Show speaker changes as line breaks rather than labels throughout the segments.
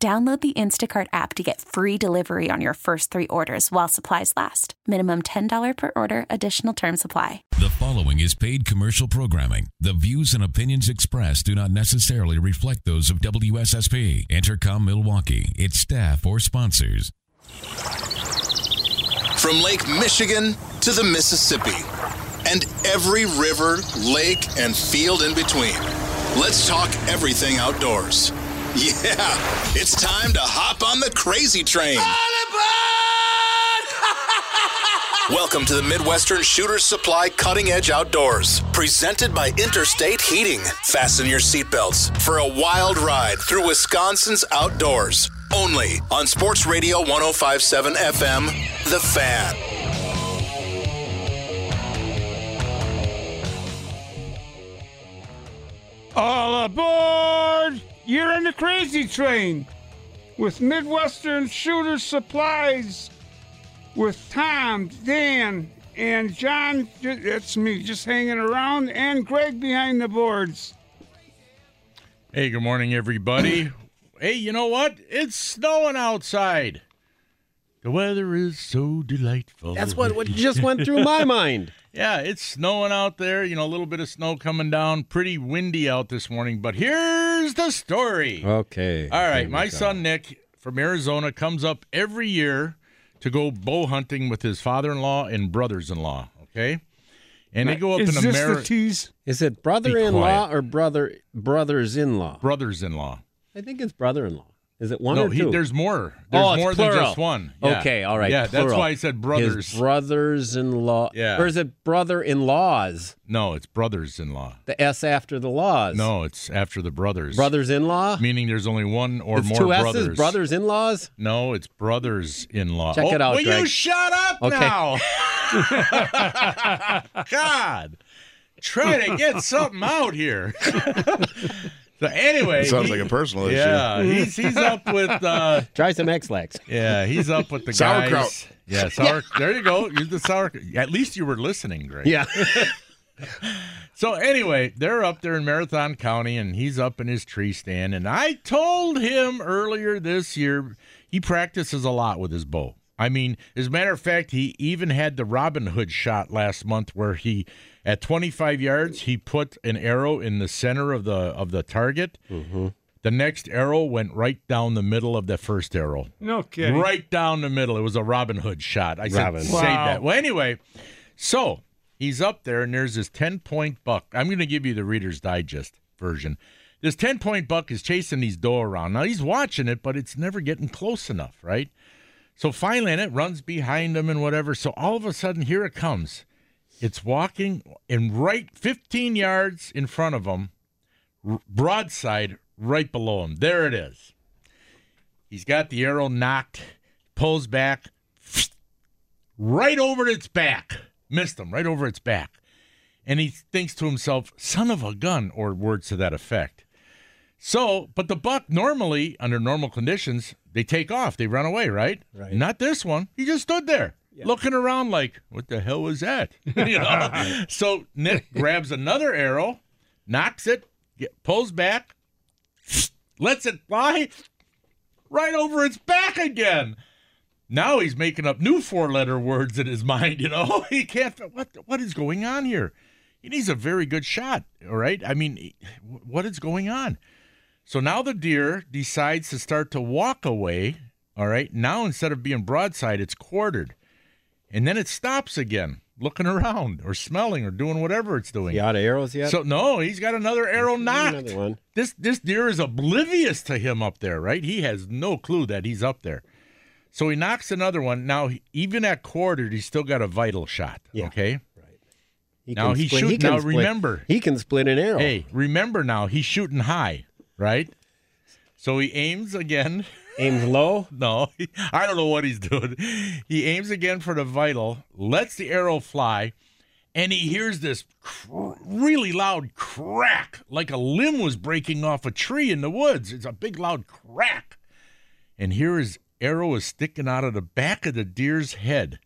Download the Instacart app to get free delivery on your first three orders while supplies last. Minimum $10 per order, additional term supply.
The following is paid commercial programming. The views and opinions expressed do not necessarily reflect those of WSSP, Intercom Milwaukee, its staff, or sponsors.
From Lake Michigan to the Mississippi, and every river, lake, and field in between. Let's talk everything outdoors. Yeah, it's time to hop on the crazy train. Welcome to the Midwestern Shooter Supply Cutting Edge Outdoors, presented by Interstate Heating. Fasten your seatbelts for a wild ride through Wisconsin's outdoors, only on Sports Radio 1057 FM, The Fan.
All aboard! You're in the crazy train with Midwestern Shooter Supplies with Tom, Dan, and John. ju- That's me just hanging around, and Greg behind the boards.
Hey, good morning, everybody. hey, you know what? It's snowing outside. The weather is so delightful.
That's what, what just went through my mind.
Yeah, it's snowing out there. You know, a little bit of snow coming down. Pretty windy out this morning, but here's the story.
Okay.
All right, my son Nick from Arizona comes up every year to go bow hunting with his father-in-law and brothers-in-law. Okay, and they go up
Is
in
this the
America.
tease?
Is it brother-in-law or brother brothers-in-law?
brothers-in-law.
I think it's brother-in-law. Is it one
No,
or two?
he, there's more. There's
oh, it's
more
plural.
than just one. Yeah.
Okay, all right.
Yeah, that's
plural.
why I said brothers.
His brothers-in-law.
Yeah.
Or is it brother-in-laws?
no, it's brothers-in-law.
The S after the laws.
No, it's after the brothers.
Brothers-in-law?
meaning there's only one or
it's
more
two
brothers.
S's, brothers-in-laws?
No, it's brothers-in-law.
Check
Oh,
it out,
Will you
Greg.
shut up
Okay.
now? God, try to get something out here. so anyway,
Sounds
he-
like a personal issue.
yeah, he's he's up with uh,
Try some X-Lax.
yeah, he's up with the
Sauerkraut.
guys. Yeah, sour. There you go. Use the sauerkraut. At least you were listening, Greg.
Yeah.
So anyway, they're up there in Marathon County, and he's up in his tree stand. And I told him earlier this year he practices a lot with his bow. I mean, as a matter of fact, he even had the Robin Hood shot last month, where he, at 25 yards, he put an arrow in the center of the of the target. The next arrow went right down the middle of the first arrow.
No kidding.
Right down the middle. It was a Robin Hood shot. I
Robin.
said,
Wow.
save that. Well, anyway, so he's up there, and there's this 10 point buck. I'm going to give you the Reader's Digest version. This 10 point buck is chasing these doe around. Now he's watching it, but it's never getting close enough, right? So finally, and it runs behind him and whatever. So all of a sudden, here it comes. It's walking in right 15 yards in front of him, r- broadside right below him. There it is. He's got the arrow knocked, pulls back, right over its back. Missed him right over its back. And he thinks to himself, son of a gun, or words to that effect. So, but the buck normally, under normal conditions, they take off, they run away, right?
Right.
Not this one. He just stood there looking around like, what the hell was that? You know? so Nick grabs another arrow, knocks it, get, pulls back, lets it fly right over its back again. Now he's making up new four-letter words in his mind. You know, he can't. What what is going on here? He needs a very good shot. All right. I mean, what is going on? So now the deer decides to start to walk away. All right. Now instead of being broadside, it's quartered, and then it stops again, looking around or smelling or doing whatever it's doing.
You out of arrows yet?
So no, he's got another arrow knocked.
Another one.
This this deer is oblivious to him up there, right? He has no clue that he's up there. So he knocks another one. Now he- even at quartered, he's still got a vital shot.
Yeah.
Okay.
He
Now he shoot-
can
now remember.
He can split an arrow.
Hey, remember now he's shooting high, right? So he aims again.
Aims low.
No, I don't know what he's doing. He aims again for the vital, lets the arrow fly, and he hears this cr- really loud crack, like a limb was breaking off a tree in the woods. It's a big, loud crack. And here his arrow is sticking out of the back of the deer's head.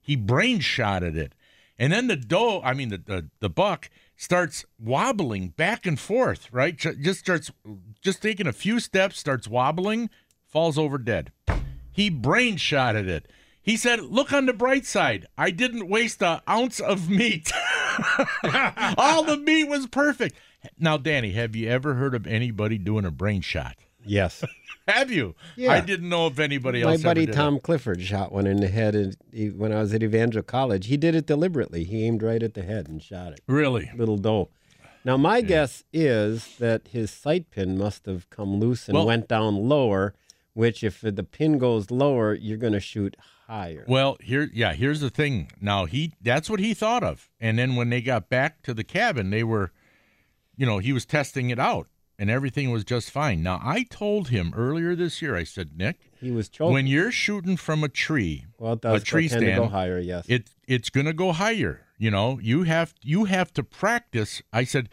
He brain shot at it. And then the doe, I mean, the, the, the buck starts wobbling back and forth, right? Ju- Just starts, just taking a few steps, starts wobbling, falls over dead. He brain shot at it. He said, Look on the bright side. I didn't waste an ounce of meat. All the meat was perfect. Now, Danny, have you ever heard of anybody doing a brain shot?
Yes.
Have you?
Yeah.
I didn't know if anybody
My
else. ever
buddy
did it.
Tom Clifford shot one in the head and he, when I was at Evangel College. He did it deliberately. He aimed right at the head and shot it.
Really?
Little doe. Now, my guess is that his sight pin must have come loose and
Well-
went down lower, which, if the pin goes lower, you're going to shoot higher.
Well, here, yeah, here's the thing. Now he, that's what he thought of, and then when they got back to the cabin, they were, you know, he was testing it out, and everything was just fine. Now I told him earlier this year, I said, Nick,
he was choking.
when you're shooting from a tree,
well, it does
a tree
tend to go
stand,
higher, yes.
it it's gonna go higher. You know, you have you have to practice. I said,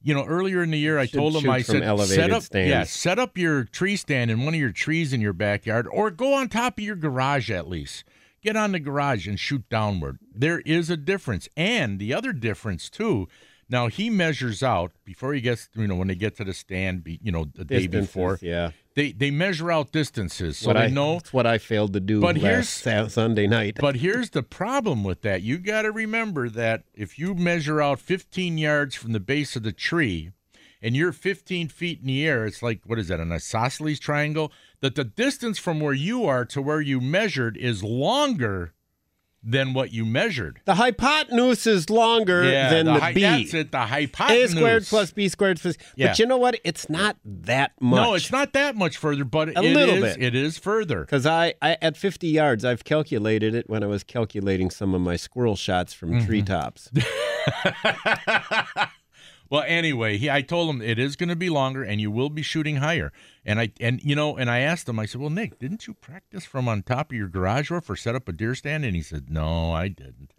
you know, earlier in the year, I
Should
told him
shoot
I
from
said
elevated
set up
stands."
yeah set up your tree stand in one of your trees in your backyard, or go on top of your garage at least. Get on the garage and shoot downward. There is a difference, and the other difference too. Now he measures out before he gets, you know, when they get to the stand, be, you know, the day
Distances,
before.
Yeah.
They they measure out distances, so
what
they
I
know
That's what I failed to do
But
last
here's-
Sa- Sunday night.
but here's the problem with that. You got to remember that if you measure out 15 yards from the base of the tree and you're 15 feet in the air, it's like, what is that, an isosceles triangle? That the distance from where you are to where you measured is longer than what you measured.
the hypotenuse is longer than the,
hy-
B.
That's it, the hypotenuse.
A squared plus B squared plus.
Yeah.
But you know what? It's not that much.
No, it's not that much further, but it
little
is-
bit.
It is further.
Because I, I, at 50 yards, I've calculated it when I was calculating some of my squirrel shots from
Mm-hmm.
treetops.
Well, anyway, he, I told him it is going to be longer, and you will be shooting higher. And I and you know, and I asked him. I said, "Well, Nick, didn't you practice from on top of your garage roof or set up a deer stand?" And he said, "No, I didn't."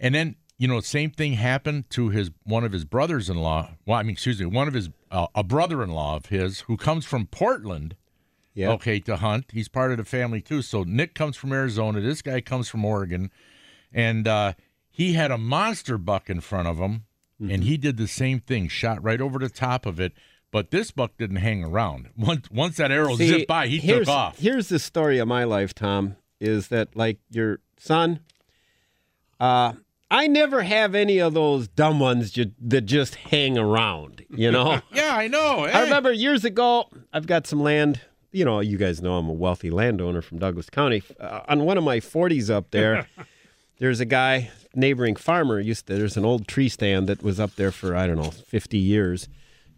And then you know, same thing happened to his one of his brothers-in-law. Well, I mean, excuse me, one of his uh, a brother-in-law of his who comes from Portland.
Yeah.
Okay, to hunt. He's part of the family too. So Nick comes from Arizona. This guy comes from Oregon, and uh, he had a monster buck in front of him,
Mm-hmm.
and he did the same thing. Shot right over the top of it, but this buck didn't hang around. Once once that arrow
See,
zipped by, he
here's-
took off.
Here's the story of my life, Tom, is that like your son, uh, I never have any of those dumb ones ju- that just hang around, you know?
yeah, I know.
I
eh?
remember years ago, I've got some land. You know, you guys know I'm a wealthy landowner from Douglas County. Uh, on one of my 40s up there, there's a guy, neighboring farmer, used to, there's an old tree stand that was up there for, I don't know, 50 years.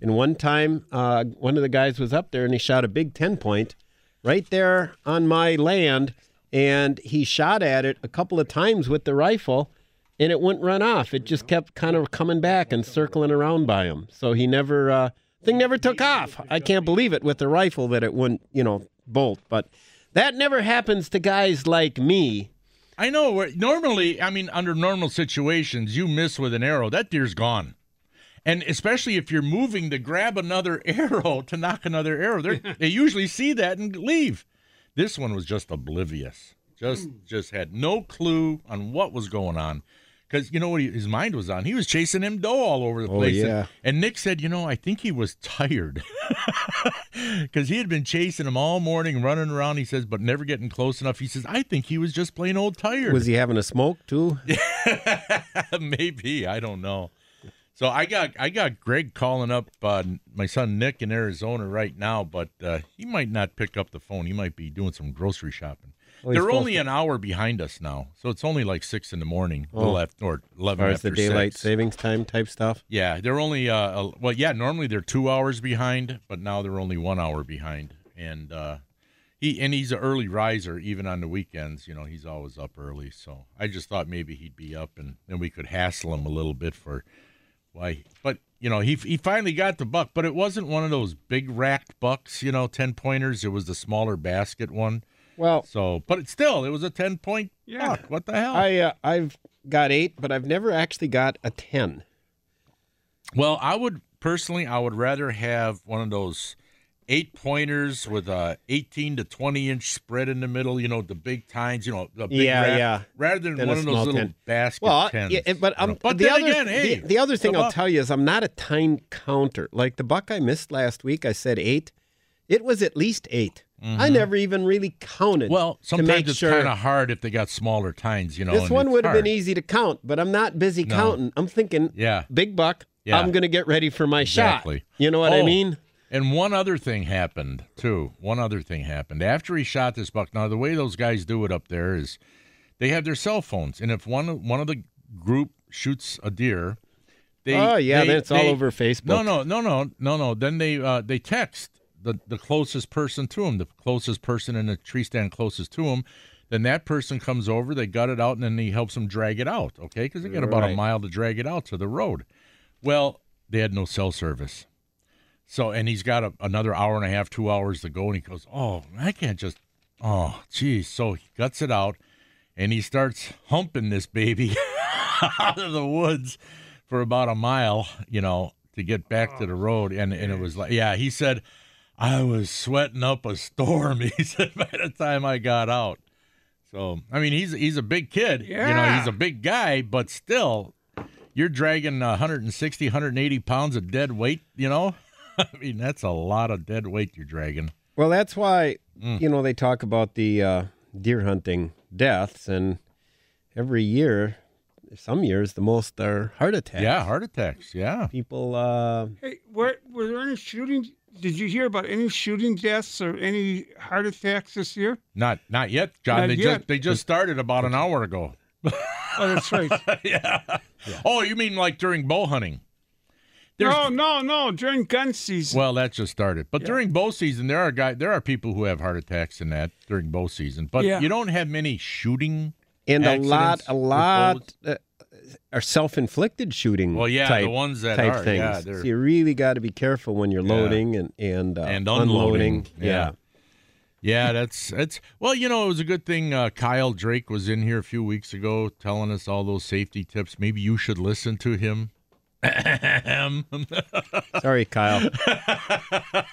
And one time, uh, one of the guys was up there and he shot a big 10 point right there on my land. And he shot at it a couple of times with the rifle and it wouldn't run off. It just kept kind of coming back and circling around by him. So he never uh, thing never took off. I can't believe it with the rifle that it wouldn't, you know, bolt. But that never happens to guys like me.
I know. where- Normally, I mean, under normal situations, you miss with an arrow, that deer's gone. And especially if you're moving to grab another arrow to knock another arrow, they're- they usually see that and leave. This one was just oblivious. Just
Hmm.
just had no clue on what was going on. Because you know what he, his mind was on? He was chasing him doe all over the
Oh,
place. And-
yeah.
and Nick said, you know, I think he was tired. because he had been chasing him all morning, running around. He says, but never getting close enough. He says, I think he was just plain old tired.
Was he having a smoke too?
Maybe I don't know. So I got I got Greg calling up uh, my son Nick in Arizona right now, but uh, he might not pick up the phone. He might be doing some grocery shopping.
Oh, he's
They're only
supposed
an hour behind us now, so it's only like six in the morning, a little after or
As
eleven
far as
after
Oh. the daylight
six.
savings time type stuff.
Yeah, they're only uh a- well, yeah, normally they're 2 hours behind, but now they're only 1 hour behind. And uh he and he's an early riser even on the weekends, you know, he's always up early. So I just thought maybe he'd be up and then we could hassle him a little bit for why. But you know, he he finally got the buck, but it wasn't one of those big racked bucks, you know, ten pointers. It was the smaller basket one.
Well,
So, but it still, it was a ten point
Yeah.
buck. What the hell?
I uh, I've got eight, but I've never actually got a ten.
well, I would personally, I would rather have one of those eight pointers with a eighteen to twenty inch spread in the middle. You know, the big tines. You know, the big
Yeah,
rack,
yeah.
Rather than,
Than a
one of
small
those little
10.
basket
Well,
tens.
yeah, it- but
you know.
I'm,
but
the
then
other
again, hey,
the, the other
it's
thing
a
I'll
buck.
tell you is I'm not a time counter. Like the buck I missed last week, I said eight. It was at least 8 I never even really counted.
Mm-hmm. Well,
to
sometimes
make
it's
sure
kind of hard if they got smaller tines, you know.
this
and
one
it's
would have been
hard.
easy to count, but I'm not busy
No.
counting. I'm thinking,
Yeah.
big buck.
Yeah.
I'm gonna get ready for my
Exactly.
shot. You know what I
Oh,
mean?
And one other thing happened too. One other thing happened after he shot this buck. Now the way those guys do it up there is they have their cell phones, and if one of- one of the group shoots a deer, they
Oh, yeah,
they-
then it's all
they-
over Facebook.
No, no, no, no, no, no. Then they uh, they text the the closest person to him, the closest person in the tree stand closest to him. Then that person comes over, they gut it out, and then he helps them drag it out. Okay, because they got about a
Right.
mile to drag it out to the road. Well, they had no cell service. So, and he's got a, another hour and a half, two hours to go, and he goes, "Oh, I can't just, oh, geez." So he guts it out, and he starts humping this baby out of the woods for about a mile, you know, to get back to the road. And and it was like, yeah, he said, "I was sweating up a storm." He said, "By the time I got out." So, I mean, he's he's a big kid, you know,
Yeah.
he's a big guy, but still, you're dragging 160, 180 pounds of dead weight, you know. I mean, that's a lot of dead weight you're dragging.
Well, that's why
Mm.
you know they talk about the uh, deer hunting deaths, and every year, some years the most are heart attacks.
Yeah, heart attacks. Yeah.
people. Uh,
Hey, were, were there any shooting? Did you hear about any shooting deaths or any heart attacks this year?
Not not yet, John.
Not
they just
yet.
they just started about an hour ago.
Oh, that's right.
yeah. Oh, you mean like during bow hunting? There's-
no, no, no. During gun season.
Well, that just started. But during bow season, there are guy there are people who have heart attacks in that during bow season. But
Yeah.
you don't have many shooting.
and a lot,
accidents
a
with
lot uh, are self-inflicted shooting.
Well, yeah,
type,
the ones that
type
are,
things.
yeah, they're-
so you really got to be careful when you're loading and and, uh,
And
unloading.
unloading, yeah. Yeah, that's that's well, you know, it was a good thing uh, Kyle Drake was in here a few weeks ago telling us all those safety tips. Maybe you should listen to him.
Yeah. Sorry, Kyle. Sorry,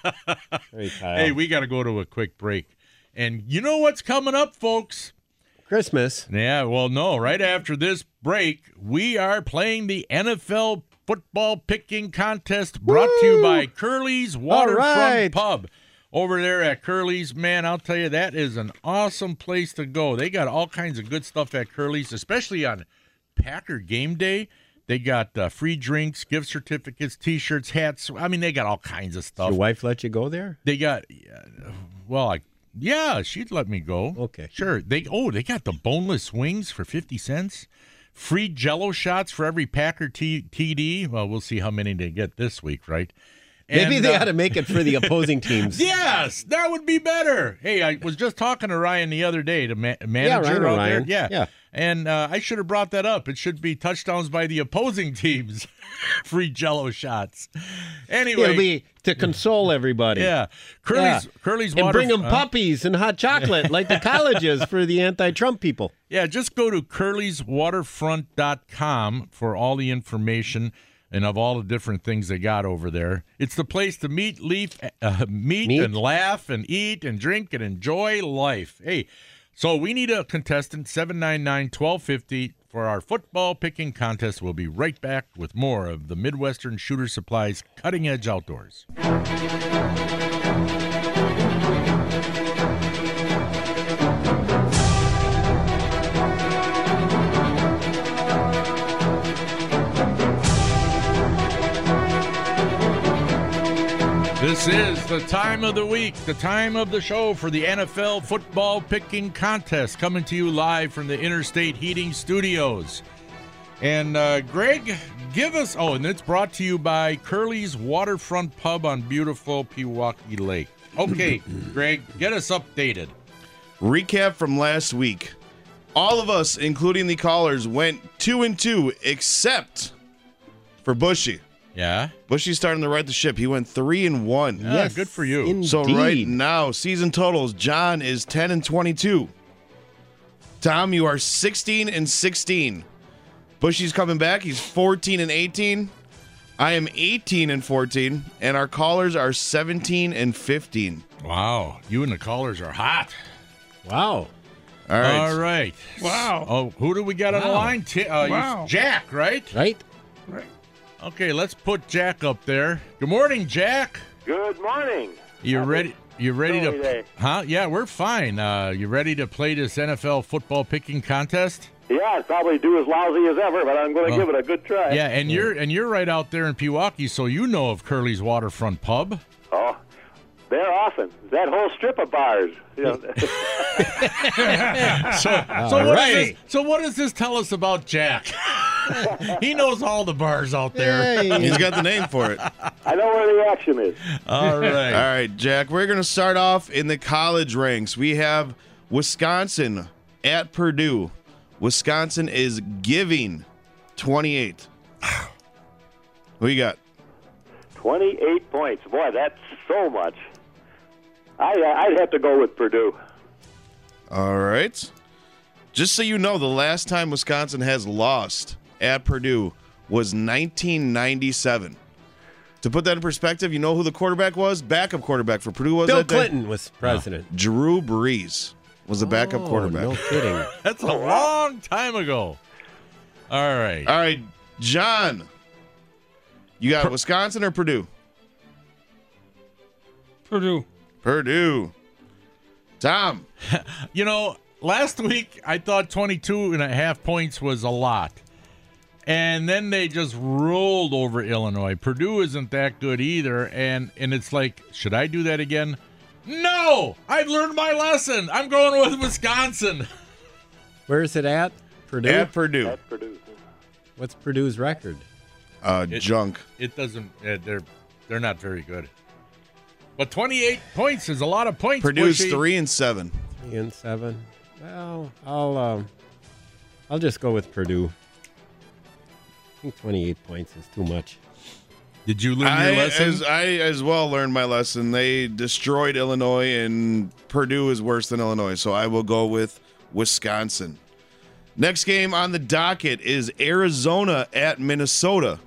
Kyle.
Hey, we got to go to a quick break. And you know what's coming up, folks?
Christmas.
Yeah, well, no. Right after this break, we are playing the NFL football picking contest brought to you by Curly's Waterfront
right.
Pub. Over there at Curly's, man, I'll tell you, that is an awesome place to go. They got all kinds of good stuff at Curly's, especially on Packer game day. They got uh, free drinks, gift certificates, t shirts, hats. I mean, they got all kinds of stuff.
Your wife let you go there?
They got, yeah, well, I, yeah, she'd let me go.
Okay.
Sure. They oh, they got the boneless wings for fifty cents, free Jello shots for every Packer T- TD. Well, we'll see how many they get this week, right?
Maybe
And,
they
uh,
ought to make it for the opposing teams.
Yes, that would be better. Hey, I was just talking to Ryan the other day, the ma- manager
Ryan
out
O'Ryan.
there. Yeah,
Yeah.
And uh, I should have brought that up. It should be touchdowns by the opposing teams, free Jello shots. Anyway,
It'll be to console everybody.
yeah, Curly's Curly's
and
water
bring them
uh,
puppies and hot chocolate like the colleges for the anti-Trump people.
Yeah, just go to curlyswaterfront.com for all the information and of all the different things they got over there. It's the place to meet, leaf, uh, meet,
Meet?
and laugh and eat and drink and enjoy life. Hey, so we need a contestant 799-1250 for our football picking contest. We'll be right back with more of the Midwestern Shooter Supplies Cutting Edge Outdoors. This is the time of the week, the time of the show for the NFL football picking contest, coming to you live from the Interstate Heating Studios. And uh, Greg, give us. Oh, and it's brought to you by Curly's Waterfront Pub on beautiful Pewaukee Lake. Okay, Greg, get us updated.
Recap from last week. All of us, including the callers, went two and two, except for Bushy.
Yeah.
Bushy's starting to right the ship. He went three and one.
Yeah, good for you.
Indeed.
So right now, season totals, John is 10 and 22. Tom, you are 16 and 16. Bushy's coming back. He's 14 and 18. I am 18 and 14. And our callers are 17 and 15.
Wow. You and the callers are hot.
Wow.
All right.
All right.
Wow.
Oh, who do we got on the
Wow.
line? Ti- uh, you-
Wow.
Jack, right?
Right?
Right.
Okay, let's put Jack up there. Good morning, Jack.
Good morning.
You
How's
ready?
it
You ready
going
to?
today?
Huh? Yeah, we're fine. Uh, you ready to play this NFL football picking contest?
Yeah, I'd probably do as lousy as ever, but I'm going to
Oh.
give it a good try.
Yeah, and you're and you're right out there in Pewaukee, so you know of Curly's Waterfront Pub.
Oh, they're often. That whole strip of bars. You know,
So, so what does
righty.
this, so what does this tell us about Jack? he knows all the bars out there.
He's got the name for it.
I know where the action is.
All
All
right.
right, Jack, we're going to start off in the college ranks. We have Wisconsin at Purdue. Wisconsin is giving 28. Who you got?
28 points. Boy, that's so much. I, uh, I'd have to go with Purdue.
All right. Just so you know, the last time Wisconsin has lost at Purdue was 1997. To put that in perspective, you know who the quarterback was? Backup quarterback for Purdue was
Bill
that day?
Clinton was president.
Drew Brees was the backup
Oh,
quarterback.
No kidding.
That's a long time ago. All right.
All right, John. You got Wisconsin or Purdue?
Purdue.
Purdue. Tom.
You know, last week I thought 22 and a half points was a lot. And then they just rolled over Illinois. Purdue isn't that good either. And and it's like, should I do that again? No! I've learned my lesson. I'm going with Wisconsin.
Where is it at? Purdue?
At Purdue.
That's Purdue.
What's Purdue's record?
Uh, junk.
It doesn't eh, they're they're not very good. But 28 points is a lot of points.
Purdue's
Bushy.
three and seven.
Three and seven. Well, I'll um, I'll just go with Purdue. I think 28 points is too much.
Did you learn
I
your lesson?
as, I as well learned my lesson. They destroyed Illinois, and Purdue is worse than Illinois, so I will go with Wisconsin. Next game on the docket is Arizona at Minnesota.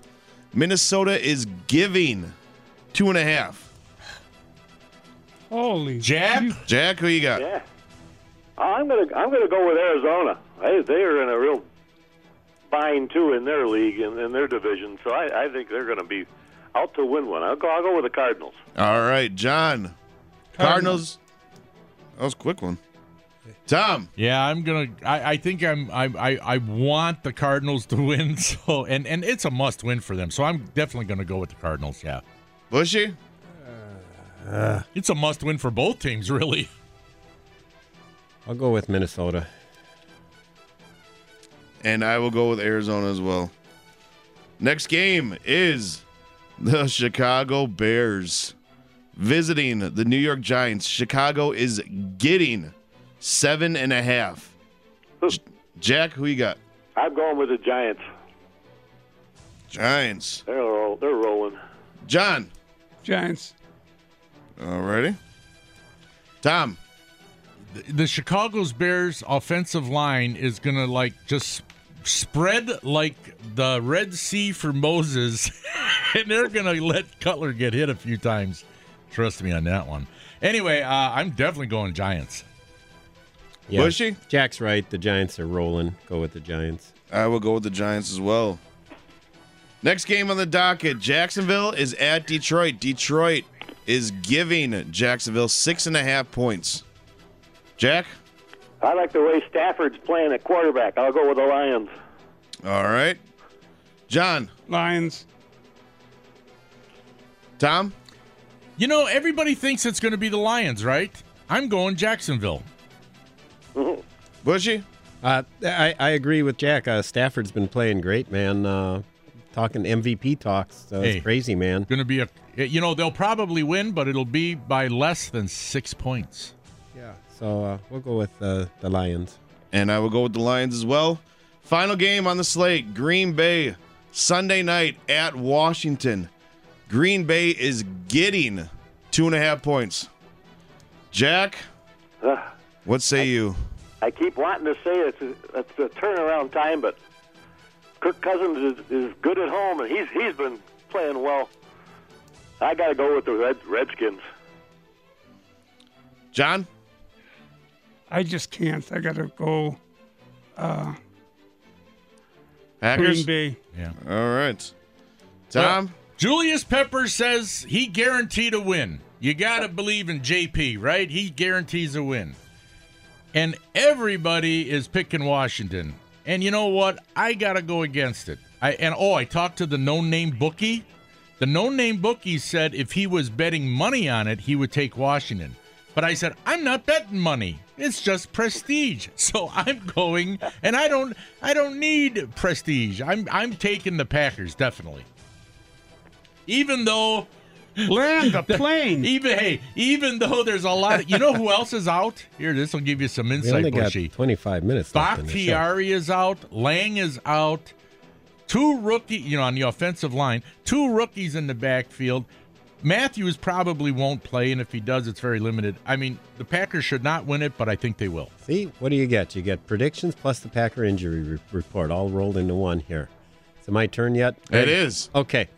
Minnesota is giving two and a half.
Holy
Jack?
Jack, who you got?
Yeah. Oh, I'm going to I'm going to go with Arizona. They, they are in a real bind too in their league and in their division, so I, I think they're going to be out to win one. I'll go I'll go with the Cardinals.
All right, John. Cardinals. That was a quick one. Tom.
Yeah, I'm gonna. I, I think I'm. I, I I want the Cardinals to win. So and and it's a must win for them. So I'm definitely gonna go with the Cardinals. Yeah,
Bushy.
it's a must win for both teams, really.
I'll go with Minnesota.
And I will go with Arizona as well. Next game is the Chicago Bears visiting the New York Giants. Chicago is getting seven and a half. J- Jack, who you got?
I'm going with the Giants.
Giants.
They're roll, they're rolling.
John.
Giants.
Alrighty. Tom.
The, the Chicago's Bears offensive line is gonna like just spread like the Red Sea for Moses, and they're gonna let Cutler get hit a few times. Trust me on that one. Anyway, uh, I'm definitely going Giants.
Yeah.
Bushy?
Jack's right. The Giants are rolling. Go with the Giants.
I will go with the Giants as well. Next game on the docket Jacksonville is at Detroit. Detroit is giving Jacksonville six and a half points. Jack?
I like the way Stafford's playing at quarterback. I'll go with the Lions.
All right. John?
Lions.
Tom?
You know, everybody thinks it's going to be the Lions, right? I'm going Jacksonville.
Bushy?
Uh, I, I agree with Jack. Uh, Stafford's been playing great, man. Uh, talking MVP talks. Uh,
Hey.
It's crazy, man.
Going to be a, you know, they'll probably win, but it'll be by less than six points.
Yeah. So uh, we'll go with uh, the Lions.
And I will go with the Lions as well. Final game on the slate Green Bay Sunday night at Washington. Green Bay is getting two and a half points. Jack,
Ah,
what say you?
I keep wanting to say it's a, it's a turnaround time, but Kirk Cousins is, is good at home, and he's he's been playing well. I got to go with the Red, Redskins.
John?
I just can't. I gotta go
Hackers?
Green Bay.
All right. Tom?
Julius Pepper says he guaranteed a win. You got to believe in JP, right? He guarantees a win. And everybody is picking Washington. And you know what? I got to go against it. I and oh, I talked to the no-name bookie. The no-name bookie said if he was betting money on it, he would take Washington. But I said, I'm not betting money. It's just prestige. So I'm going and I don't I don't need prestige. I'm I'm taking the Packers definitely even though
Land the plane.
even hey even though there's a lot of, you know who else is out here this will give you some
We
insight
only got
bushy
25 minutes left in the show.
Bakhtiari is out lang is out two rookie you know on the offensive line two rookies in the backfield matthews probably won't play and if he does it's very limited i mean the packers should not win it but i think they will
See, what do you get? You get predictions plus the Packer injury re- report all rolled into one here. Is it my turn yet?
It is.
Okay.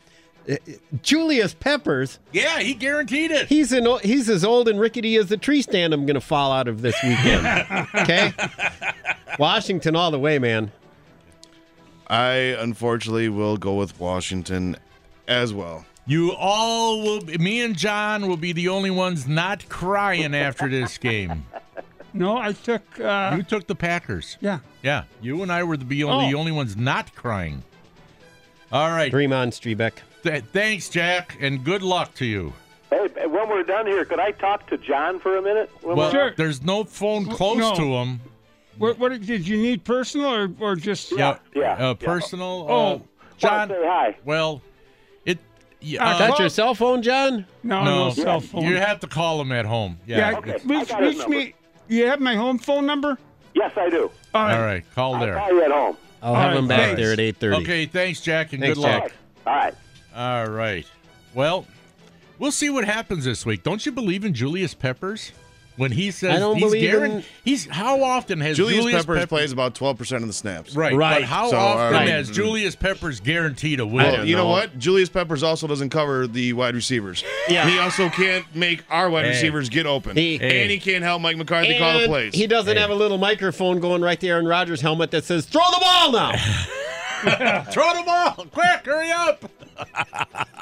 Uh, uh, Julius Peppers,
yeah he guaranteed it
he's an, o- he's as old and rickety as the tree stand I'm going to fall out of this weekend. okay? Washington all the way, man.
I unfortunately will go with Washington as well.
you all will be, me and john will be the only ones not crying after this game
No, I took. Uh,
you took the packers
yeah.
Yeah, you and I were the, be- the
Oh.
only ones not crying. All right.
Dream on, Strebeck.
Th- thanks, Jack, and good luck to you.
Hey, when we're done here, could I talk to John for a minute? When
Well,
Sure.
there's no phone close
no.
to him.
What, what did you need? Personal or, or just?
Yeah.
yeah,
Uh,
yeah.
personal. uh,
Oh,
we're, wanna
John.
say hi.
Well, it. y-
Uh,
Uh,
Got
Well-
your cell phone, John?
No, no,
no,
cell phone.
you have to call him at home. Yeah.
yeah.
Okay, I
Reach,
got his
reach me. You have my home phone number. Uh,
Yes, I do.
All right.
All right. Call
I'll
there.
call you at home.
I'll
All
have
right,
him back
thanks.
there at 8.30.
Okay. Thanks, Jack, and
Thanks,
good
Jack.
luck.
All right.
All right. Well, we'll see what happens this week. Don't you believe in Julius Peppers? When he says
I don't
he's
believe
guaran-
in-
he's how often has
Julius, Peppers
Peppers
plays about 12% of the snaps.
Right.
Right.
But how
So, uh,
often
alright.
has Julius Peppers guaranteed a
I
win?
don't
Well, you know.
know.
what? Julius Peppers also doesn't cover the wide receivers.
Yeah.
He also can't make our wide
Hey.
receivers get open.
He-
And he can't help Mike McCarthy call the
And
plays.
He doesn't have a little microphone going right there in Rogers' helmet that says, throw the ball now.
Throw the ball, quick, hurry up.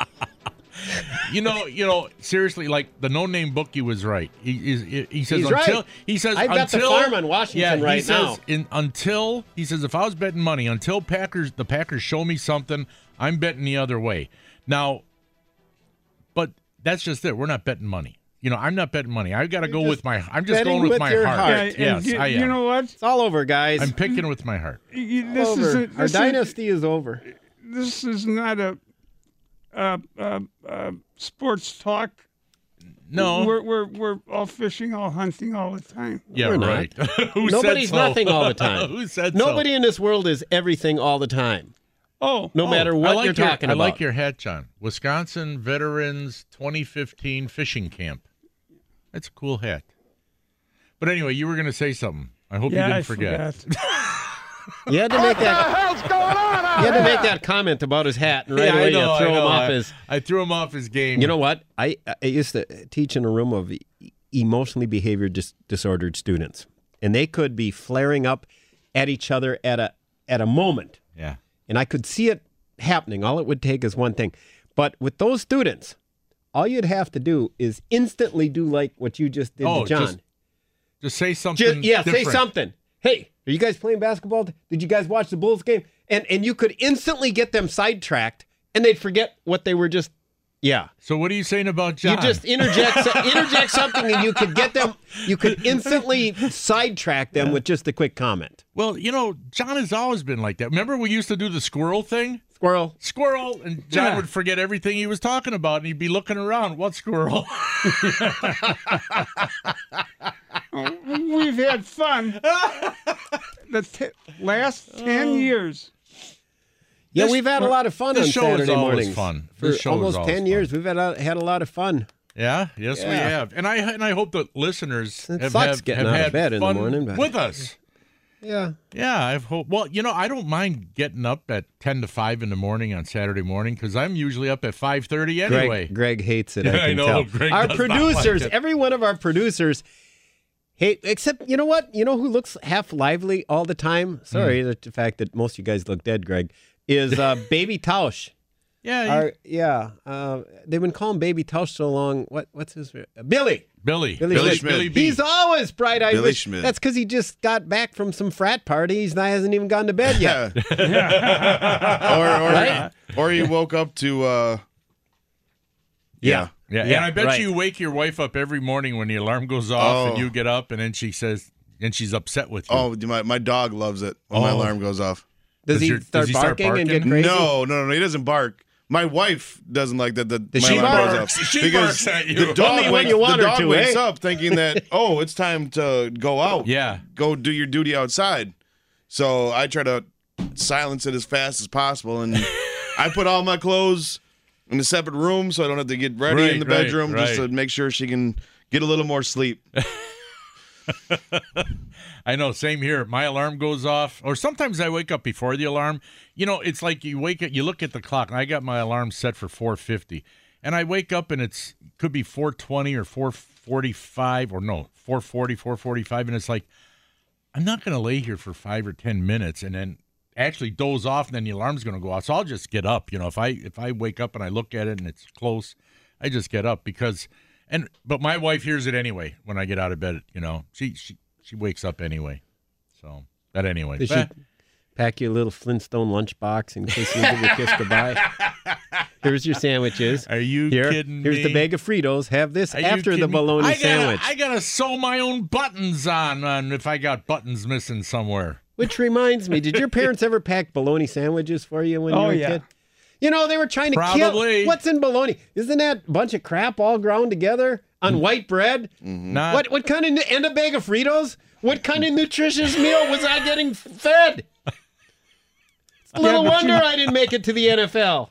you know, you know, seriously, like the no-name bookie was right. He, he, he says
He's
until
right.
he says
I've got the
until
farm on Washington
yeah, he
right
says
now.
in- until he says if I was betting money until Packers the Packers show me something, I'm betting the other way. Now, but that's just it. We're not betting money. You know, I'm not betting money. I've got to go with my. I'm just
betting
going with,
with
my
your
heart.
heart.
Yeah, and
Yes,
you,
I am.
you know what?
It's all over, guys.
I'm picking with my heart.
You-
It's
This
over.
is a,
Our
this is,
dynasty is over.
this is not a uh, uh, uh, sports talk.
No,
We're, we're we're all fishing, all hunting, all the time.
yeah,
we're not.
right. Who said
Nobody's
so?
nothing all the time.
Who said so?
Nobody in this world is everything all the time,
Oh,
no
Oh,
matter
I
what
like
you're
your-
talking
I
about.
like your hat, John. Wisconsin Veterans 2015 Fishing Camp. That's a cool hat. But anyway, you were going to say something. I hope
yeah,
you didn't
I
forget.
forgot.
you had to make that. You had to make that comment about his hat, and right
Yeah,
away
I know,
you
I
throw him
know.
off
I,
his.
I threw him off his game.
You know what? I, I used to teach in a room of e- emotionally behavior dis- disordered students, and they could be flaring up at each other at a at a moment.
Yeah.
and I could see it happening. All it would take is one thing. But with those students, all you'd have to do is instantly do like what you just did
Oh,
to John.
just Just say something.
Ju- yeah, say
different.
something. Hey, are you guys playing basketball? Did you guys watch the Bulls game? And and you could instantly get them sidetracked, and they'd forget what they were just. Yeah,
So what are you saying about John?
you just interject so- interject something, and you could get them. You could instantly sidetrack them with just a quick comment.
well, you know, John has always been like that. Remember we used to do the squirrel thing?
Squirrel.
Squirrel, and John
Yeah.
would forget everything he was talking about, and he'd be looking around. What squirrel?
We've had fun the t- last 10 years.
Yeah,
This-
we've had a lot of fun
this
on
show is
Saturday
always
mornings.
fun.
For
This show is
almost
always
ten
fun.
years, we've had a, had a lot of fun.
Yeah, yes, we
Yeah.
have, and I and I hope that listeners
It
have,
sucks
have,
getting
have
out of
had
bed in the
fun
morning, but-
with us.
Yeah,
Yeah, I've hope. Well, you know, I don't mind getting up at ten to five in the morning on Saturday morning because I'm usually up at five thirty
Greg,
anyway.
Greg hates it. I
Yeah, I
can
know.
tell.
Greg
our
does not like
producers,
it.
every one of our producers, hate. Except you know what? You know who looks half lively all the time? Sorry,
Hmm.
the fact that most of you guys look dead, Greg, is uh, Baby Tausch.
yeah, you-
Our, yeah, uh, they've been calling Baby Tausch so long. What? What's his? re- Billy.
Billy,
Billy, Schmidt.
Schmidt.
B.
He's always bright eyed.
Billy Schmidt.
That's because he just got back from some frat party. He's not, hasn't even gone to bed yet.
Yeah. or or, or he woke up to uh
Yeah.
yeah,
Yeah,
and I bet
right.
you wake your wife up every morning when the alarm goes off and
Oh.
you get up, and then she says, and she's upset with you.
Oh, my, my dog loves it when my
Oh.
alarm goes off.
Does,
Does
he
your- does
start
he start
barking, and get
barking?
crazy?
No, no, no, he doesn't bark. My wife doesn't like that the, my
she
alarm goes
barks.
off.
She
because
barks at you.
The dog,
Only when
wakes,
you want
the
her
dog
to,
wakes
eh?
up thinking that, oh, it's time to go out.
Yeah.
Go do your duty outside. So I try to silence it as fast as possible. And I put all my clothes in a separate room so I don't have to get ready
Right,
in the
right,
bedroom just
right.
to make sure she can get a little more sleep.
I know. Same here. My alarm goes off, or sometimes I wake up before the alarm. You know, it's like you wake up, you look at the clock, and I got my alarm set for four fifty, and I wake up and it's could be four twenty or four forty five or no 440, 445, and it's like I'm not going to lay here for five or ten minutes and then actually doze off, and then the alarm's going to go off. So I'll just get up. You know, if I if I wake up and I look at it and it's close, I just get up because and but my wife hears it anyway when I get out of bed. You know, she she she wakes up anyway. So that anyway.
Does she
But-
pack you a little Flintstone lunchbox in case you give a kiss goodbye? Here's your sandwiches.
Are you
Here,
kidding
Here's the
me?
bag of Fritos. Have this
Are you
after the
kidding me?
bologna
I gotta,
sandwich.
I gotta sew my own buttons on, on if I got buttons missing somewhere.
Which reminds me, did your parents ever pack bologna sandwiches for you when you
Oh,
were
yeah.
a kid? You know, they were trying to
Probably.
kill. What's in bologna? Isn't that a bunch of crap all ground together on white bread?
Not,
What what kind of nu- and a bag of Fritos? What kind of nutritious meal was I getting fed? It's little
but you-
wonder I didn't make it to the NFL.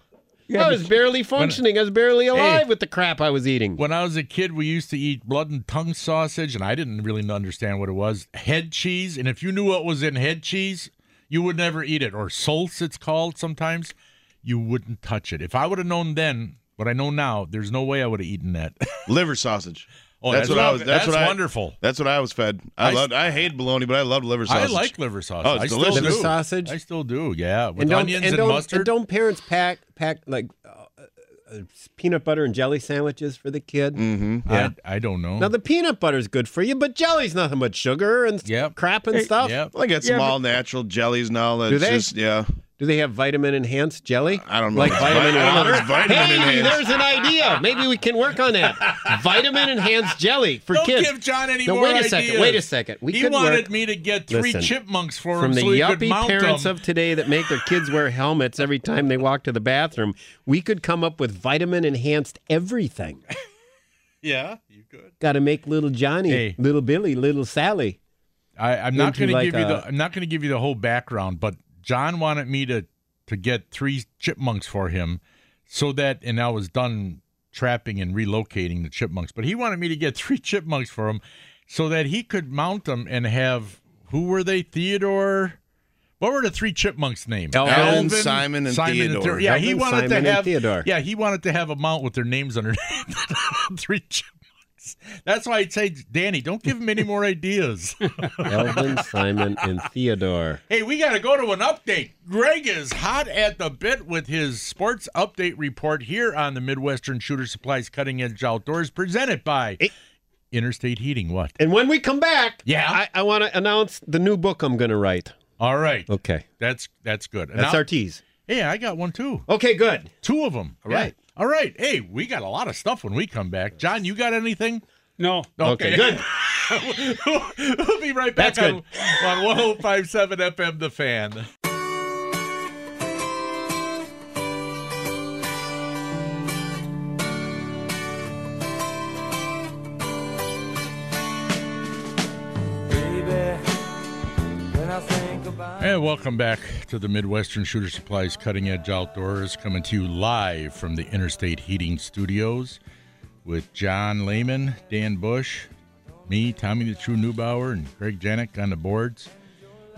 I was barely functioning. I was barely alive with the crap I was eating.
When I was a kid, we used to eat blood and tongue sausage, and I didn't really understand what it was. Head cheese, and if you knew what was in head cheese, you would never eat it. Or salts, it's called sometimes. You wouldn't touch it. If I would have known then what I know now, there's no way I would have eaten that.
Liver sausage.
Oh,
that's,
that's
what I
lov-
was. That's,
that's
what I-
wonderful.
That's what I was fed. I,
I-
loved, I hate bologna, but I loved liver sausage.
I like liver sausage.
Oh, it's
I still
delicious.
do.
Liver sausage?
I still do. Yeah, with
and don't,
onions
and,
and,
don't,
mustard.
and don't parents pack pack like uh, uh, uh, peanut butter and jelly sandwiches for the kid?
Mm-hmm.
I, I don't know.
Now the peanut butter's good for you, but jelly's nothing but sugar and s-
Yep.
crap and stuff.
Yep.
Well, I got some
Yeah, but-
all natural jellies and all that.
Do
It's
they?
Just, yeah.
Do they have vitamin enhanced jelly?
I don't know
Like
if it's
vitamin,
vi- I don't know if
enhanced.
it's vitamin
hey,
enhanced.
there's an idea. Maybe we can work on that. vitamin enhanced jelly for
Don't
kids.
give John any
No,
more
wait a
ideas.
second, wait a second. We
he
could
wanted
work-
me to get three
Listen,
chipmunks for
From
him
the
so he could
yuppie
mount
parents
them.
of today that make their kids wear helmets every time they walk to the bathroom, we could come up with vitamin enhanced everything.
yeah, you could.
Got to make little Johnny,
Hey.
little Billy, little Sally.
I, I'm not
Into
going to
like
give you the
a-
I'm not going to give you the whole background, but John wanted me to to get three chipmunks for him, so that and I was done trapping and relocating the chipmunks, but he wanted me to get three chipmunks for him, so that he could mount them and have who were they? Theodore. What were the three chipmunks' names?
Elvin,
Alvin, Simon, and Theodore.
yeah, he
Elvin,
wanted
Simon, and
to have.
Theodore.
Yeah, he wanted to have a mount with their names underneath. three chipmunks. That's why I'd say, Danny, don't give him any more ideas.
Elvin, Simon, and Theodore.
Hey, we got to go to an update. Greg is hot at the bit with his sports update report here on the Midwestern Shooter Supplies Cutting Edge Outdoors, presented by
Hey.
Interstate Heating. What?
And when we come back,
Yeah.
I, I want to announce the new book I'm going to write.
All right,
Okay,
that's that's good. And
that's
I'll-
our tease.
Hey, I got one too.
Okay, good.
Two of them. All
right.
All right. Hey, we got a lot of stuff when we come back. John, you got anything?
No.
Okay, good.
we'll be right back
That's
on, on 1057 FM The Fan.
Baby, when I think about
And welcome back to the Midwestern Shooter Supplies Cutting Edge Outdoors, coming to you live from the Interstate Heating Studios with John Lehman, Dan Bush, me, Tommy the True Newbauer, and Greg Janik on the boards.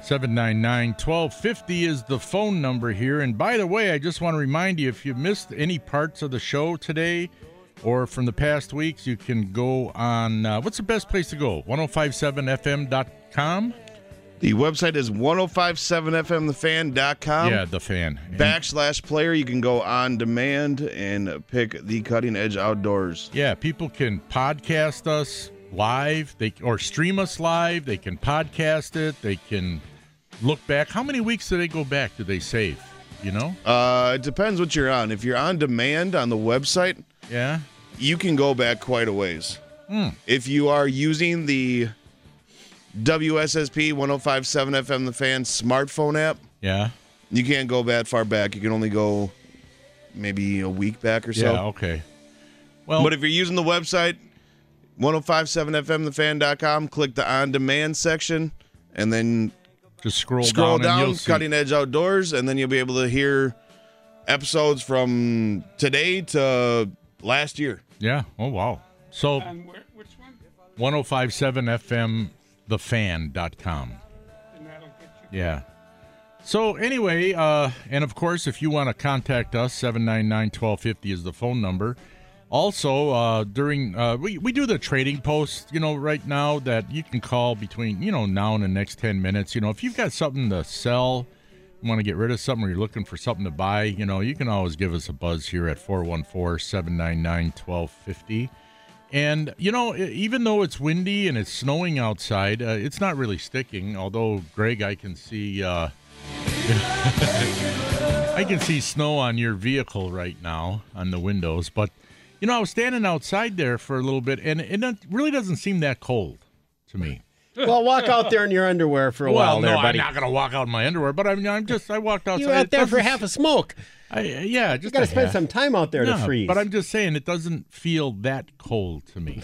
799 1250 is the phone number here. And by the way, I just want to remind you if you missed any parts of the show today or from the past weeks, you can go on uh, what's the best place to go? 1057fm.com?
The website is 1057fmthefan.com.
yeah, the fan. And-
Backslash player, you can go on demand and pick the cutting edge outdoors.
Yeah, people can podcast us live. They or stream us live. They can podcast it. They can look back. How many weeks do they go back? Do they save? You know?
Uh, it depends what you're on. If you're on demand on the website,
Yeah.
you can go back quite a ways.
Hmm.
If you are using the WSSP 1057 FM The Fan smartphone app,
Yeah.
you can't go that far back. You can only go maybe a week back or so.
yeah. Okay. Well,
But if you're using the website, 1057fmthefan.com, click the on demand section and then
just scroll,
scroll
down,
down,
and you'll see-
Cutting Edge Outdoors, and then you'll be able to hear episodes from today to last year.
Yeah. Oh wow. So
And where, which one?
1057fmthefan.com.
And that'll get you.
Yeah. So anyway, uh, and of course, if you want to contact us, 799-1250 is the phone number. Also, uh, during uh, we, we do the trading post, you know, right now that you can call between, you know, now and the next 10 minutes. You know, if you've got something to sell, you want to get rid of something or you're looking for something to buy, you know, you can always give us a buzz here at 414-799-1250. And you know, e- even though it's windy and it's snowing outside, uh, it's not really sticking. Although Greg, I can see, uh, I can see snow on your vehicle right now on the windows. But you know, I was standing outside there for a little bit, and it don't- really doesn't seem that cold to me.
Well, walk out there in your underwear for a while
well,
there,
no,
buddy.
I'm not gonna walk out in my underwear, but I'm, I'm just I walked outside.
you were out
It
there for
doesn't-
half a smoke.
I, uh, yeah,
You
just
got to
a
spend
half.
some time out there to
Yeah,
freeze.
But I'm just saying, it doesn't feel that cold to me.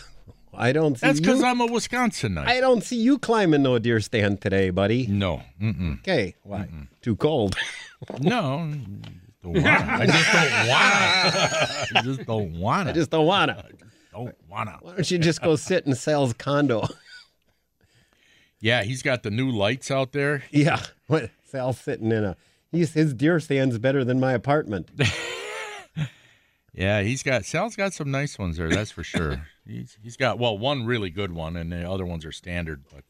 I don't see
That's because
you.
I'm a Wisconsinite.
I don't see you climbing no deer stand today, buddy.
no. Mm. Mm-mm.
Okay, why? Too cold.
No, don't wanna. I just don't wanna. I just don't wanna.
I just don't wanna.
don't wanna.
Why don't you just go sit in Sal's condo?
Yeah, he's got the new lights out there.
yeah, what? Sal's sitting in a. He's, his deer stand's better than my apartment.
Yeah, he's got Sal's got some nice ones there. That's for sure. he's he's got well one really good one, and the other ones are standard. But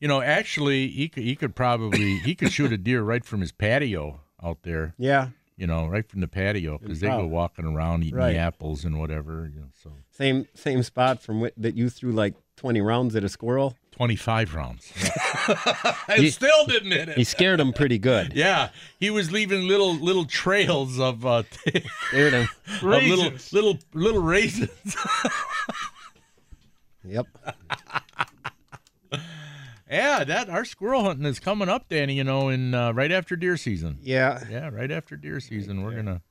you know, actually, he could he could probably he could shoot a deer right from his patio out there.
Yeah,
You know, right from the patio because they go
Wow.
walking around eating
Right.
the apples and whatever. You know, so
same same spot from wh- that you threw like twenty rounds at a squirrel.
twenty five rounds. I still didn't hit it.
He scared him pretty good.
Yeah, he was leaving little little trails of, uh,
Scared him.
of little
Raisins.
little little raisins.
Yep.
yeah, that our squirrel hunting is coming up, Danny. You know, in uh, right after deer season.
Yeah.
Yeah, right after deer season, we're gonna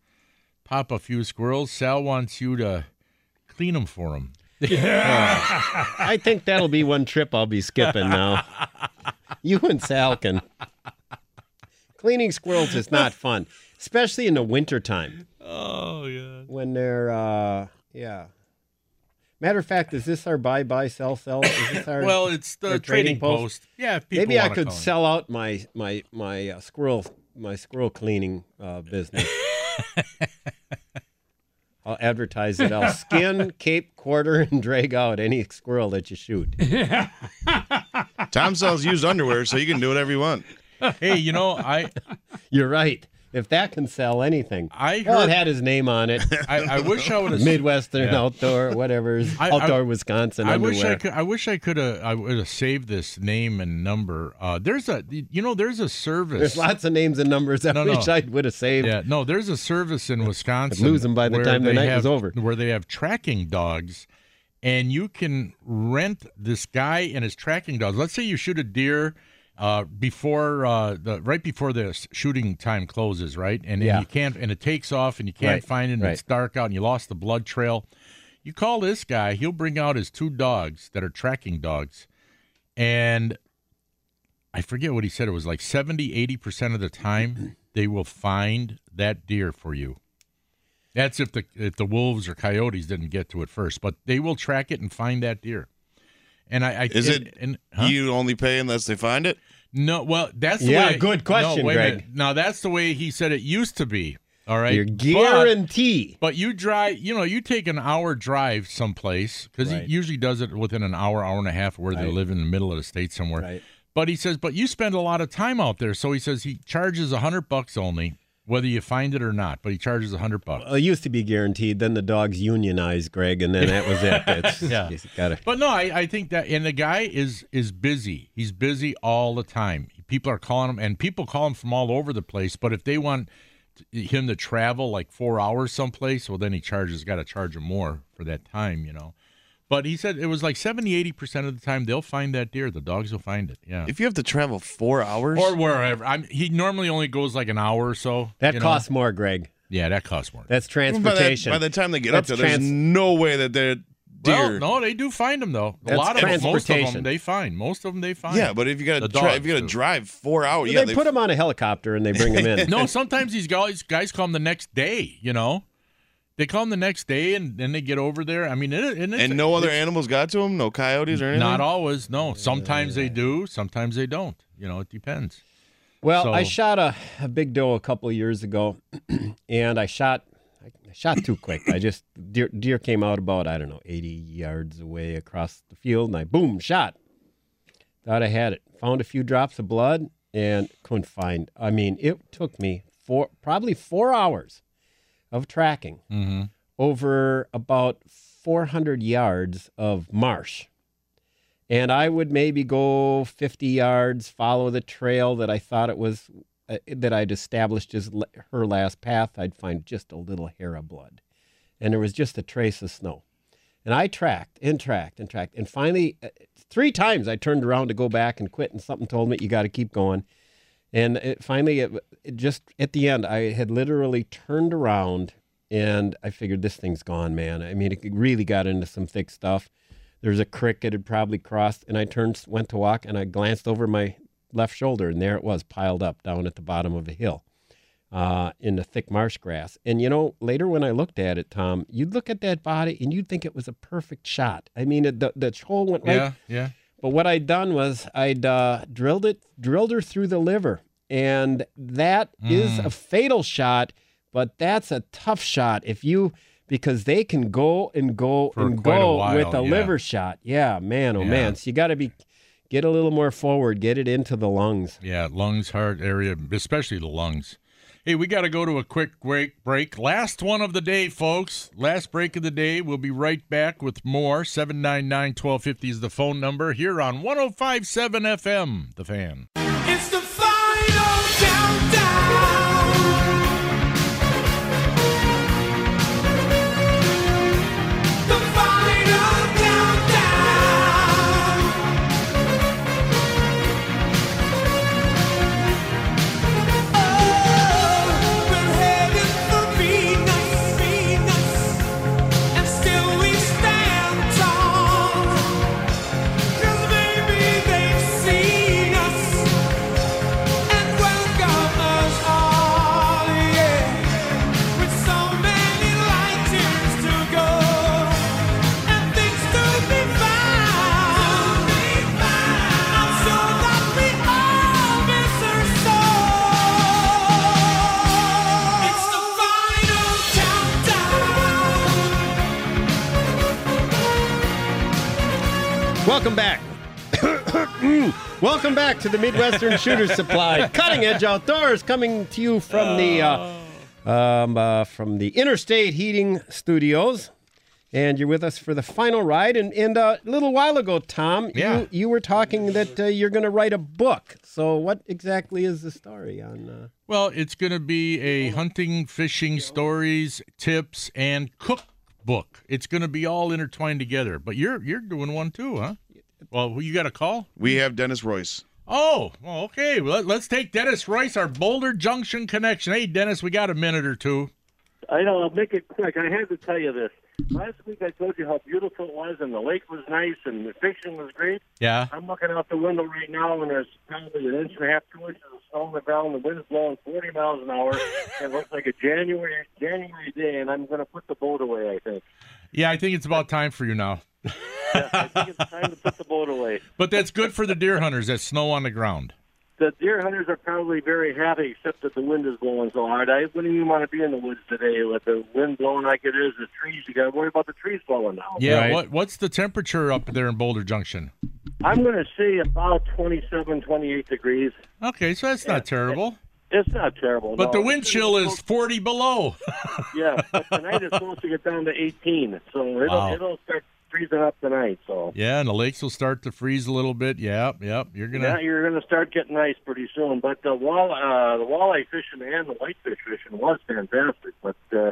pop a few squirrels. Sal wants you to clean them for him.
I think that'll be one trip I'll be skipping now. You and Sal can. Cleaning squirrels is not fun, especially in the wintertime
Oh yeah.
when they're, uh, yeah. Matter of fact, is this our buy, buy, sell, sell? Is this our,
Well, it's the
Or
trading,
trading
post.
post.
Yeah, if people
maybe I
wanna
could
call in.
sell out my my my uh, squirrel my squirrel cleaning uh, business. I'll advertise it. I'll skin, cape, quarter, and drag out any squirrel that you shoot.
Tom sells used underwear, so you can do whatever you want.
Hey, you know, I
You're right. If that can sell anything,
I
well,
heard-
it had his name on it.
I, I wish I would have
Midwestern outdoor, whatever,
I-
outdoor Wisconsin
I
underwear.
wish I could. I wish I could have. I would have saved this name and number. Uh, there's a. You know, there's a service.
There's lots of names and numbers. I
No, no.
wish I would have saved.
yeah, no, there's a service in Wisconsin.
I'd lose 'em by the
where
time the
they
night was
have-
over.
Where they have tracking dogs, and you can rent this guy and his tracking dogs. Let's say you shoot a deer. Uh, before uh, the right before the s- shooting time closes, right, and, and
Yeah.
you can't, and it takes off, and you can't
Right,
find it, and
right.
it's dark out, and you lost the blood trail. You call this guy; he'll bring out his two dogs that are tracking dogs, and I forget what he said. It was like 70, 80% of the time, they will find that deer for you. That's if the if the wolves or coyotes didn't get to it first, but they will track it and find that deer. And I, I
Is
and-
it
and, huh?
you only pay unless they find it?
No, well, that's the
Yeah,
way-
good question,
no, wait a
Greg.
minute. Now that's the way he said it used to be. All right,
Your
But-
guarantee.
But, you drive, you know, you take an hour drive someplace because
Right.
he usually does it within an hour, hour and a half, of where they
Right.
live in the middle of the state somewhere.
Right.
But he says, but you spend a lot of time out there, so he says he charges a hundred bucks only, whether you find it or not. But he charges a hundred bucks.
Well, it used to be guaranteed. Then the dogs unionized, Greg, and then that was it. It's,
Yeah.
yeah. Got to.
But no, I, I think that and the guy is is busy. He's busy all the time. People are calling him, and people call him from all over the place. But if they want t- him to travel like four hours someplace, well, then he charges. Got to charge him more for that time, you know. But he said it was like 70, 80 percent of the time they'll find that deer. The dogs will find it. Yeah.
If you have to travel four hours,
or wherever. I'm, he normally only goes like an hour or so.
That
you know?
costs more, Greg.
Yeah, that costs more.
That's
by, that-
transportation.
by the time they get
That's
up there,
trans-
there's no way that they're
well,
deer.
no, they do find them though. A
That's
lot of them, most of them,
transportation.
they find. Most of them, they find.
yeah, but if you got
The
to try, if
dogs
you got
do.
to drive four hours, yeah,
they put them on a helicopter and they bring them in.
no, sometimes these guys guys come the next day. You know, they come the next day and then they get over there. I mean, it, and, it's-
and no other
it's
animals got to them, no coyotes or anything.
Not always. No, sometimes they do. Sometimes they don't. You know, it depends.
Well, I
So-
shot a, a big doe a couple of years ago, and I shot I shot too quick. I just deer deer came out about I don't know eighty yards away across the field, and I boom shot. Thought I had it. Found a few drops of blood and couldn't find. I mean, it took me four probably four hours of tracking
Mm-hmm.
over about 400 yards of marsh. And I would maybe go 50 yards, follow the trail that I thought it was uh, that I'd established as l- her last path. I'd find just a little hair of blood. And there was just a trace of snow. And I tracked and tracked and tracked. And finally, uh, three times I turned around to go back and quit, and something told me, you got to keep going. And it, finally, it, it just at the end, I had literally turned around and I figured this thing's gone, man. I mean, it really got into some thick stuff. There's a creek it had probably crossed, and I turned, went to walk, and I glanced over my left shoulder, and there it was, piled up down at the bottom of a hill uh, in the thick marsh grass. And you know, later when I looked at it, Tom, you'd look at that body and you'd think it was a perfect shot. I mean, it, the, the hole went right
yeah, yeah.
but what I'd done was I'd uh, drilled it, drilled her through the liver, and that is
Mm.
a fatal shot. But that's a tough shot if you because they can go and go
For
and
quite a
go
while,
with a
yeah.
liver shot. Yeah, man, oh
Yeah.
man. So you got to be get a little more forward, get it into the lungs.
Yeah, lungs, heart area, especially the lungs. Hey, we got to go to a quick break. Break. Last one of the day, folks. Last break of the day. We'll be right back with more. 799 1250 is the phone number here on 1057 FM, The Fan.
It's the final countdown. The final countdown. Oh, we're headed for Venus, Venus, and still we stand tall. 'Cause maybe they've seen us. And welcome us all, yeah. With so many light years to go and things to be found. I'm sure that we all miss her so. It's the final countdown.
Welcome back. Welcome back to the Midwestern Shooter Supply Cutting Edge Outdoors, coming to you from the
Oh.
uh, um, uh, from the Interstate Heating Studios, and you're with us for the final ride. And, and uh, a little while ago, Tom,
Yeah.
you you were talking that uh, you're going to write a book. So, what exactly is the story on? Uh,
Well, it's going to be a hunting, fishing stories, tips, and cookbook. It's going to be all intertwined together. But you're you're doing one too, huh? Well, who you got a call?
We have Dennis Royce.
Oh, well, okay. Well, let's take Dennis Royce, our Boulder Junction connection. Hey, Dennis, we got a minute or two.
I know. I'll make it quick. I had to tell you this. Last week I told you how beautiful it was, and the lake was nice, and the fishing was great.
Yeah.
I'm looking out the window right now, and there's probably an inch and a half, two inches of snow on the ground. The wind's blowing 40 miles an hour. and it looks like a January January day, and I'm going to put the boat away. I think.
Yeah, I think it's about time for you now.
I think it's time to put the boat away.
But that's good for the deer hunters. That snow on the ground.
The deer hunters are probably very happy, except that the wind is blowing so hard. I wouldn't even want to be in the woods today with the wind blowing like it is. The trees, you got to worry about the trees falling now.
Yeah.
Right.
What What's the temperature up there in Boulder Junction?
I'm going to say about 27, 28 degrees.
Okay, so that's not terrible.
It's not terrible.
But the
no.
wind chill is 40 below.
Yeah, but tonight it's supposed to get down to 18, so it'll
Wow.
it'll start freezing up tonight. So
yeah, and the lakes will start to freeze a little bit. Yep, yep. You're gonna.
now you're going to start getting ice pretty soon. But the wall uh, the walleye fishing and the whitefish fishing was fantastic. But uh,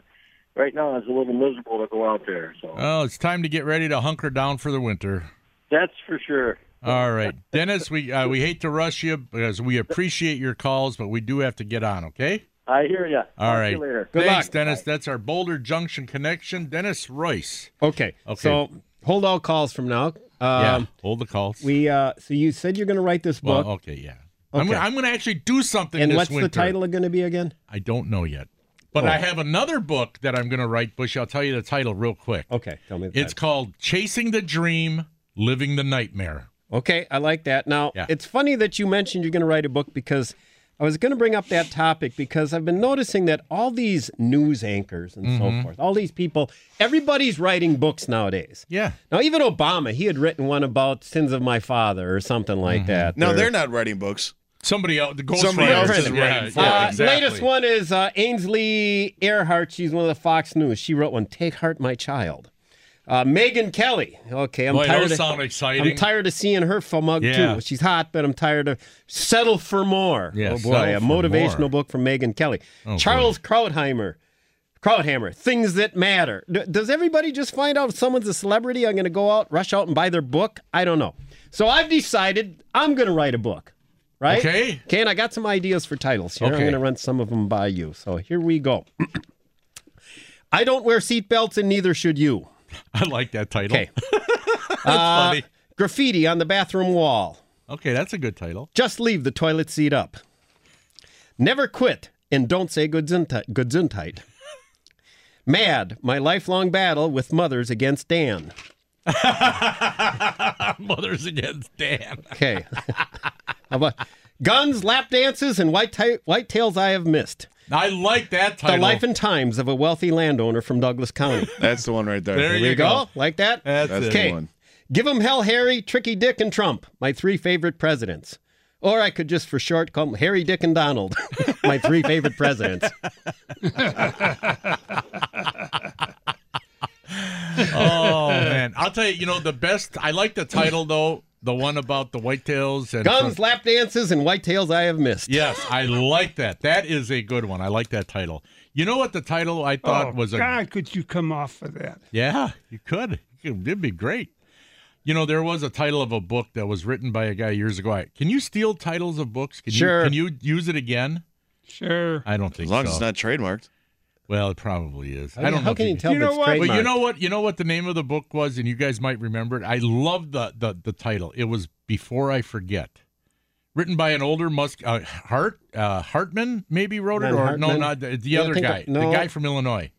right now it's a little miserable to go out there. So
Oh, it's time to get ready to hunker down for the winter.
that's for sure.
All right, Dennis. We uh, we hate to rush you because we appreciate your calls, but we do have to get on. Okay.
I hear you.
All right.
You later.
Thanks, Dennis. That's our Boulder Junction connection. Dennis Royce.
Okay.
Okay.
So hold all calls from now. Um,
Hold the calls.
We uh, so you said you're going to write this book,
well, okay, yeah. I'm,
Okay.
gonna, I'm gonna actually do something.
and
this
what's
winter.
the title Oh. going to be again?
I don't know yet, but I have another book that I'm gonna write. Bush, I'll tell you the title real quick.
Oh, Okay, tell me. The
It's
title.
called "Chasing the Dream, Living the Nightmare."
okay. I like that. Now
Yeah.
it's funny that you mentioned you're going to write a book because I was going to bring up that topic because I've been noticing that all these news anchors and
Mm-hmm.
so forth, all these people, everybody's writing books nowadays.
Yeah.
Now even Obama, he had written one about sins of my father or something like that.
Mm-hmm. No,
Or-
they're not writing books.
Somebody else. The Ghost
Somebody
Rider.
else is
yeah,
writing for
yeah,
Uh,
exactly.
Latest one is uh, Ainsley Earhart. She's one of the Fox News. She wrote one, "Take Heart, My Child." Uh, Megan Kelly. Okay, I'm
Boy,
tired.
those
of,
sound exciting.
I'm tired of seeing her fumug
Yeah.
too. She's hot, but I'm tired of settle for more.
Yeah,
oh
settle
boy, a
for
motivational
more. Oh,
book from Megan Kelly.
boy.
Charles Krautheimer. Krauthammer, things that matter. D- does everybody just find out if someone's a celebrity? I'm going to go out, rush out, and buy their book. I don't know. So I've decided I'm going to write a book, right?
Okay.
Okay, and I got some ideas for titles here. I'm
Okay.
going to run some of them by you. So here we go. I don't wear seatbelts, and neither should you.
I like that title.
Okay.
Uh, funny.
Graffiti on the bathroom wall.
Okay, that's a good title.
Just leave the toilet seat up. Never quit and don't say good tight. Mad, my lifelong battle with mothers against Dan.
Mothers Against Dan.
Okay. How about guns, lap dances, and white, ti- white tails I have missed?
I like that
The
title.
life and times of a wealthy landowner from Douglas County.
That's the one right there.
There
There
you
we
go.
go. Like that?
That's
That's
it.
the
Okay.
one.
Give 'em hell, Harry, Tricky Dick, and Trump, my three favorite presidents. Or I could just for short call 'em Harry, Dick, and Donald, my three favorite presidents.
Oh man, I'll tell you. You know the best. I like the title though. The one about the whitetails and
Guns, lap dances, and white tails I have missed.
Yes, I like that. That is a good one. I like that title. You know what the title I thought
Oh,
was a
God, could you come off of that?
Yeah, you could. You could- It'd be great. You know, there was a title of a book that was written by a guy years ago. I, can you steal titles of books? Can
Sure.
You, can you use it again?
Sure.
I don't think
As long
so.
as it's not trademarked.
well, it probably is. I
How,
don't know.
How
if
can you tell
You
if
know
it's
what?
But
trademarked?
you know what? You know what the name of the book was, and you guys might remember it. I love the the, the title. It was "Before I Forget," written by an older Musk uh, Hart uh, Hartman. Maybe wrote it,
Len
or no,
Hartman?
not the, the
Yeah, I
other
think
guy,
I-
the
no.
guy from Illinois.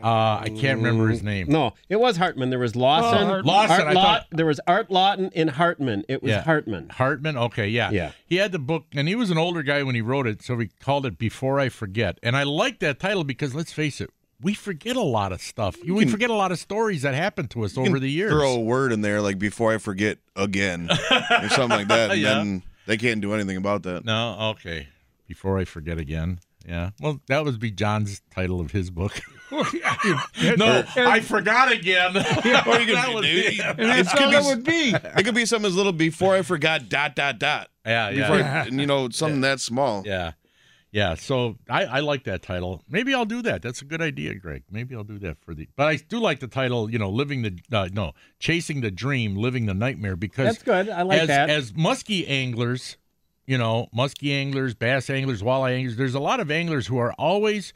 Uh, I can't remember his name.
Mm, No, it was Hartman. There was Lawson.
Hartman.
Lawson, I
Art Law-
thought-
there was Art Lawton and Hartman. It was
Yeah.
Hartman.
Hartman. Okay, yeah.
Yeah.
He had the book, and he was an older guy when he wrote it, so we called it Before I Forget. And I like that title because let's face it, we forget a lot of stuff. we forget a lot of stories that happened to us over the years.
Throw a word in there like before I forget again or something like that. And then they can't do anything about that.
No, okay. Before I forget again. Yeah. Well, that would be John's title of his book. no, I forgot again.
Or you
That
can,
was-
it,
yeah.
And that's
it could
all
be,
it would be.
it could be something as little before I forgot dot dot dot.
Yeah, yeah.
Before, and, you know, something that small.
Yeah. Yeah. So I, I like that title. Maybe I'll do that. That's a good idea, Greg. Maybe I'll do that for the. But I do like the title, you know, living the, uh, no, chasing the dream, living the nightmare, because
That's good. I like
as,
that.
As muskie anglers, you know, muskie anglers, bass anglers, walleye anglers, there's a lot of anglers who are always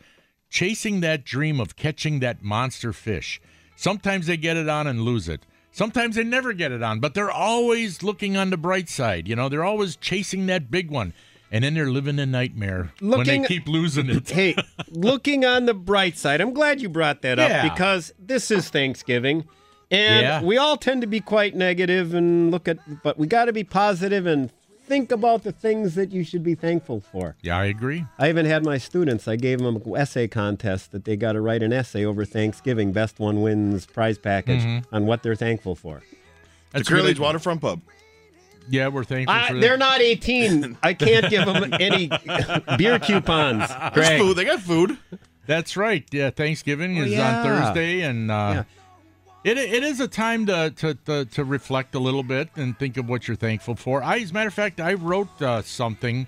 chasing that dream of catching that monster fish. Sometimes they get it on and lose it. Sometimes they never get it on, but they're always looking on the bright side. You know, they're always chasing that big one. And then they're living a nightmare when they
Looking-
keep losing it.
hey, looking on the bright side, I'm glad you brought that
Yeah.
up because this is Thanksgiving. And
Yeah.
we all tend to be quite negative and look at, but we got to be positive and think about the things that you should be thankful for.
Yeah, I agree.
I even had my students, I gave them an essay contest that they got to write an essay over Thanksgiving. Best one wins prize package
Mm-hmm.
on what they're thankful for.
The
That's
Curly's
really-
Waterfront Pub.
Yeah, we're thankful
I,
for that.
they're not 18. I can't give them any beer coupons.
There's
Greg.
food. They got food.
That's right. Yeah, Thanksgiving
Oh,
is
yeah.
on Thursday, and uh, it it is a time to, to to to reflect a little bit and think of what you're thankful for. I, as a matter of fact, I wrote uh, something.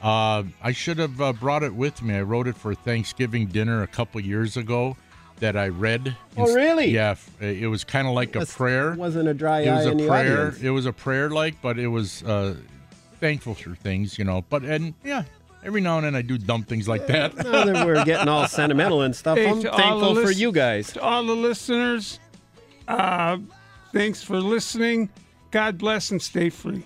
Uh, I should have uh, brought it with me. I wrote it for Thanksgiving dinner a couple years ago that I read.
Oh,
Inst-
really?
Yeah, f- it was kind of like a
That's-
prayer.
Wasn't a dry
It
eye
was a
in the
prayer.
audience.
It was a prayer like, but it was uh, thankful for things, you know. But and yeah, every now and then I do dumb things like that.
Now that we're getting all sentimental and stuff,
Hey,
I'm
to all
thankful
the
for
list-
you guys.
To all the listeners, uh, thanks for listening. God bless and stay free.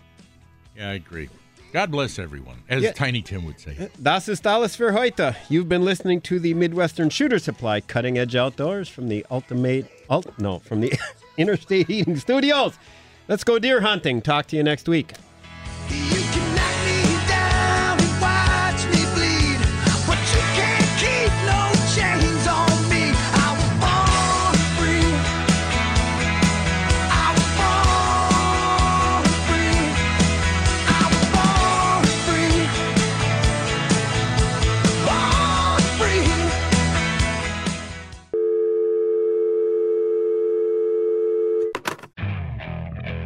Yeah, I agree. God bless everyone, as
Yeah.
Tiny Tim would say.
Das ist alles für heute. You've been listening to the Midwestern Shooter Supply Cutting Edge Outdoors from the Ultimate, ult, no, from the Interstate Heating Studios. Let's go deer hunting. Talk to you next week.
You can knock me down and watch me bleed, but you can't keep no chains on me. I was born free. I was born free. I was born free. Born free.